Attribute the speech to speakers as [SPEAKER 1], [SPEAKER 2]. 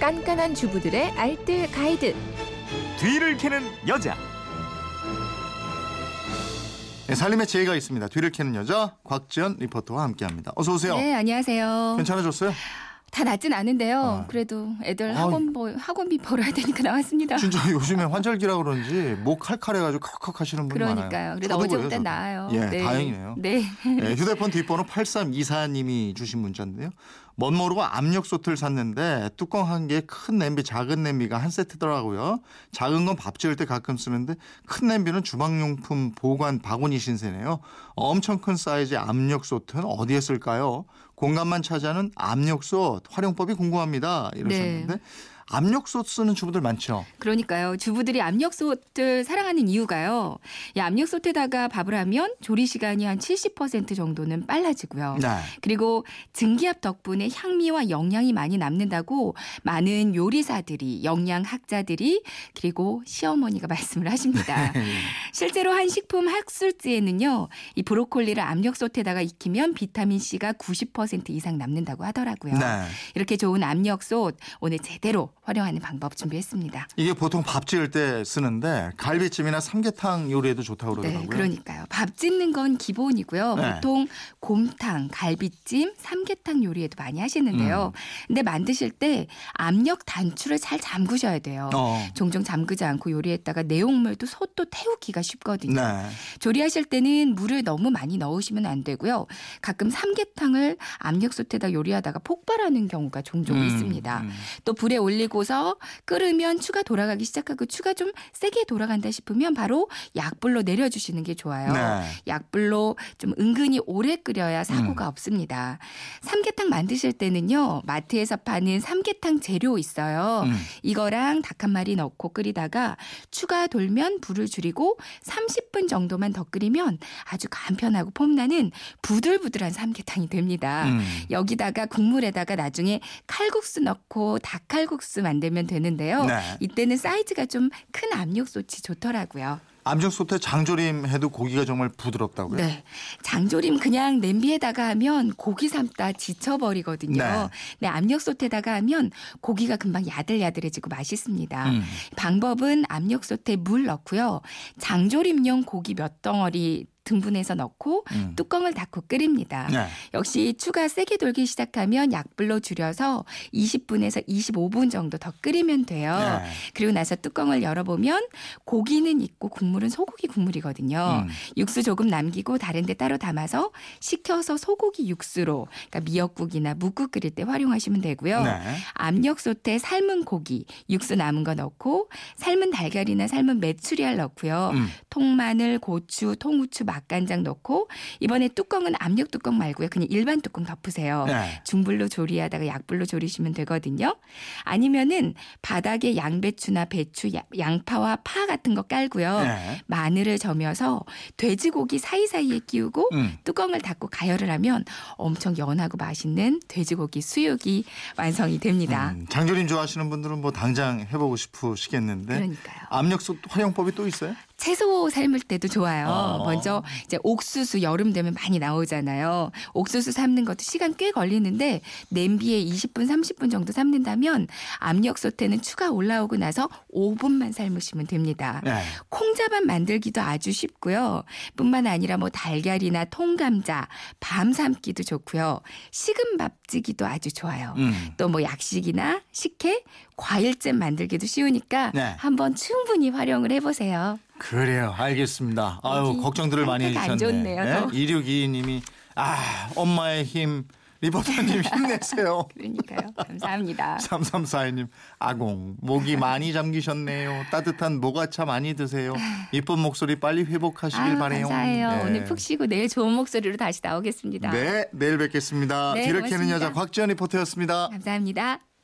[SPEAKER 1] 깐깐한 주부들의 알뜰 가이드.
[SPEAKER 2] 뒤를 캐는 여자
[SPEAKER 3] 네, 살림의 지혜가 있습니다. 뒤를 캐는 여자 곽지연 리포터와 함께합니다. 어서 오세요.
[SPEAKER 4] 네, 안녕하세요.
[SPEAKER 3] 괜찮아졌어요?
[SPEAKER 4] 다 낫진 않은데요.
[SPEAKER 3] 아.
[SPEAKER 4] 그래도 애들
[SPEAKER 3] 아유.
[SPEAKER 4] 학원 보, 학원비 벌어야 되니까 나왔습니다.
[SPEAKER 3] 진짜 요즘에 환절기라 그런지 목 칼칼해가지고 컥컥 하시는 분
[SPEAKER 4] 그러니까요.
[SPEAKER 3] 많아요.
[SPEAKER 4] 그래도
[SPEAKER 3] 저도
[SPEAKER 4] 어제보다
[SPEAKER 3] 그래요, 저도.
[SPEAKER 4] 나아요.
[SPEAKER 3] 예, 다행이네요.
[SPEAKER 4] 네.
[SPEAKER 3] 네, 휴대폰 뒷번호 8324님이 주신 문자인데요. 멋 모르고 압력솥을 샀는데 뚜껑 한 개 큰 냄비 작은 냄비가 한 세트더라고요. 작은 건 밥 지을 때 가끔 쓰는데 큰 냄비는 주방용품 보관 바구니 신세네요. 엄청 큰 사이즈의 압력솥은 어디에 쓸까요? 공간만 차지하는 압력솥 활용법이 궁금합니다.
[SPEAKER 4] 네.
[SPEAKER 3] 이러셨는데 압력솥 쓰는 주부들 많죠.
[SPEAKER 4] 그러니까요. 주부들이 압력솥을 사랑하는 이유가요. 이 압력솥에다가 밥을 하면 조리 시간이 한 70% 정도는 빨라지고요.
[SPEAKER 3] 네.
[SPEAKER 4] 그리고 증기압 덕분에 향미와 영양이 많이 남는다고 많은 요리사들이, 영양학자들이, 그리고 시어머니가 말씀을 하십니다. 실제로 한 식품 학술지에는요, 이 브로콜리를 압력솥에다가 익히면 비타민 C가 90% 이상 남는다고 하더라고요.
[SPEAKER 3] 네.
[SPEAKER 4] 이렇게 좋은 압력솥 오늘 제대로 활용하는 방법 준비했습니다.
[SPEAKER 3] 이게 보통 밥 지을 때 쓰는데 갈비찜이나 삼계탕 요리에도 좋다고
[SPEAKER 4] 네,
[SPEAKER 3] 그러더라고요.
[SPEAKER 4] 그러니까요. 밥 짓는 건 기본이고요.
[SPEAKER 3] 네.
[SPEAKER 4] 보통 곰탕, 갈비찜, 삼계탕 요리에도 많이
[SPEAKER 3] 음.
[SPEAKER 4] 하시는데요. 근데 만드실 때 압력 단추를 잘 잠그셔야 돼요.
[SPEAKER 3] 어.
[SPEAKER 4] 종종 잠그지 않고 요리했다가 내용물도 솥도 태우기가 쉽거든요.
[SPEAKER 3] 네.
[SPEAKER 4] 조리하실 때는 물을 너무 많이 넣으시면 안 되고요. 가끔 삼계탕을 압력솥에다 요리하다가 폭발하는 경우가 종종
[SPEAKER 3] 음,
[SPEAKER 4] 있습니다.
[SPEAKER 3] 음.
[SPEAKER 4] 또 불에 올리고서 끓으면 추가 돌아가기 시작하고 추가 좀 세게 돌아간다 싶으면 바로 약불로 내려주시는 게 좋아요.
[SPEAKER 3] 네.
[SPEAKER 4] 약불로 좀 은근히 오래 끓여야
[SPEAKER 3] 음.
[SPEAKER 4] 사고가 없습니다. 삼계탕 만드실 때는요, 마트에서 파는 삼계탕 재료 있어요.
[SPEAKER 3] 음.
[SPEAKER 4] 이거랑 닭 한 마리 넣고 끓이다가 추가 돌면 불을 줄이고 30분 정도만 더 끓이면 아주 간편하고 폼나는 부들부들한 삼계탕이 됩니다.
[SPEAKER 3] 음.
[SPEAKER 4] 여기다가 국물에다가 나중에 칼국수 넣고 닭칼국수 만들면 되는데요.
[SPEAKER 3] 네.
[SPEAKER 4] 이때는 사이즈가 좀 큰 압력솥이 좋더라고요.
[SPEAKER 3] 암정솥에 장조림 해도 고기가 정말 부드럽다고요.
[SPEAKER 4] 네. 장조림 그냥 냄비에다가 하면 고기 삶다 지쳐버리거든요.
[SPEAKER 3] 네.
[SPEAKER 4] 네. 압력솥에다가 하면 고기가 금방 야들야들해지고 맛있습니다.
[SPEAKER 3] 음.
[SPEAKER 4] 방법은 압력솥에 물 넣고요. 장조림용 고기 몇 덩어리 등분해서 넣고
[SPEAKER 3] 음.
[SPEAKER 4] 뚜껑을 닫고 끓입니다.
[SPEAKER 3] 네.
[SPEAKER 4] 역시 추가 세게 돌기 시작하면 약불로 줄여서 20분에서 25분 정도 더 끓이면 돼요.
[SPEAKER 3] 네.
[SPEAKER 4] 그리고 나서 뚜껑을 열어보면 고기는 있고 국물은 소고기 국물이거든요.
[SPEAKER 3] 음.
[SPEAKER 4] 육수 조금 남기고 다른 데 따로 담아서 식혀서 소고기 육수로 그러니까 미역국이나 묵국 끓일 때 활용하시면 되고요.
[SPEAKER 3] 네.
[SPEAKER 4] 압력솥에 삶은 고기, 육수 남은 거 넣고 삶은 달걀이나 삶은 메추리알 넣고요.
[SPEAKER 3] 음.
[SPEAKER 4] 통마늘, 고추, 통후추, 맛간장 넣고 이번에 뚜껑은 압력 뚜껑 말고요. 그냥 일반 뚜껑 덮으세요.
[SPEAKER 3] 네.
[SPEAKER 4] 중불로 조리하다가 약불로 조리시면 되거든요. 아니면은 바닥에 양배추나 배추, 야- 양파와 파 같은 거 깔고요.
[SPEAKER 3] 네.
[SPEAKER 4] 마늘을 저며서 돼지고기 사이사이에 끼우고
[SPEAKER 3] 음.
[SPEAKER 4] 뚜껑을 닫고 가열을 하면 엄청 연하고 맛있는 돼지고기 수육이 완성이 됩니다.
[SPEAKER 3] 음. 장조림 좋아하시는 분들은 뭐 당장 해보고 싶으시겠는데
[SPEAKER 4] 그러니까요.
[SPEAKER 3] 압력솥 활용법이 또 있어요?
[SPEAKER 4] 채소 삶을 때도 좋아요.
[SPEAKER 3] 어.
[SPEAKER 4] 먼저 이제 옥수수 여름 되면 많이 나오잖아요. 옥수수 삶는 것도 시간 꽤 걸리는데 냄비에 20분 30분 정도 삶는다면 압력솥에는 추가 올라오고 나서 5분만 삶으시면 됩니다.
[SPEAKER 3] 네.
[SPEAKER 4] 콩자반 만들기도 아주 쉽고요. 뿐만 아니라 뭐 달걀이나 통감자, 밤 삶기도 좋고요. 식은 밥 찌기도 아주 좋아요.
[SPEAKER 3] 음.
[SPEAKER 4] 또 뭐 약식이나 식혜, 과일잼 만들기도 쉬우니까
[SPEAKER 3] 네.
[SPEAKER 4] 한번 충분히 활용을 해보세요.
[SPEAKER 3] 그래요. 알겠습니다. 아유,
[SPEAKER 4] 여기
[SPEAKER 3] 걱정들을 많이
[SPEAKER 4] 상태가
[SPEAKER 3] 해주셨네.
[SPEAKER 4] 안 좋네요, 더.
[SPEAKER 3] 2622님이 아, 엄마의 힘 리포터님 힘내세요.
[SPEAKER 4] 그러니까요. 감사합니다.
[SPEAKER 3] 3342님, 아공, 목이 많이 잠기셨네요. 따뜻한 모가차 많이 드세요. 이쁜 목소리 빨리 회복하시길
[SPEAKER 4] 아유,
[SPEAKER 3] 바래요.
[SPEAKER 4] 감사해요.
[SPEAKER 3] 네.
[SPEAKER 4] 오늘 푹 쉬고 내일 좋은 목소리로 다시 나오겠습니다.
[SPEAKER 3] 네, 내일 뵙겠습니다.
[SPEAKER 4] 네,
[SPEAKER 3] 뒤를 캐는
[SPEAKER 4] 고맙습니다. 네.
[SPEAKER 3] 여자 곽지연 리포터였습니다.
[SPEAKER 4] 감사합니다.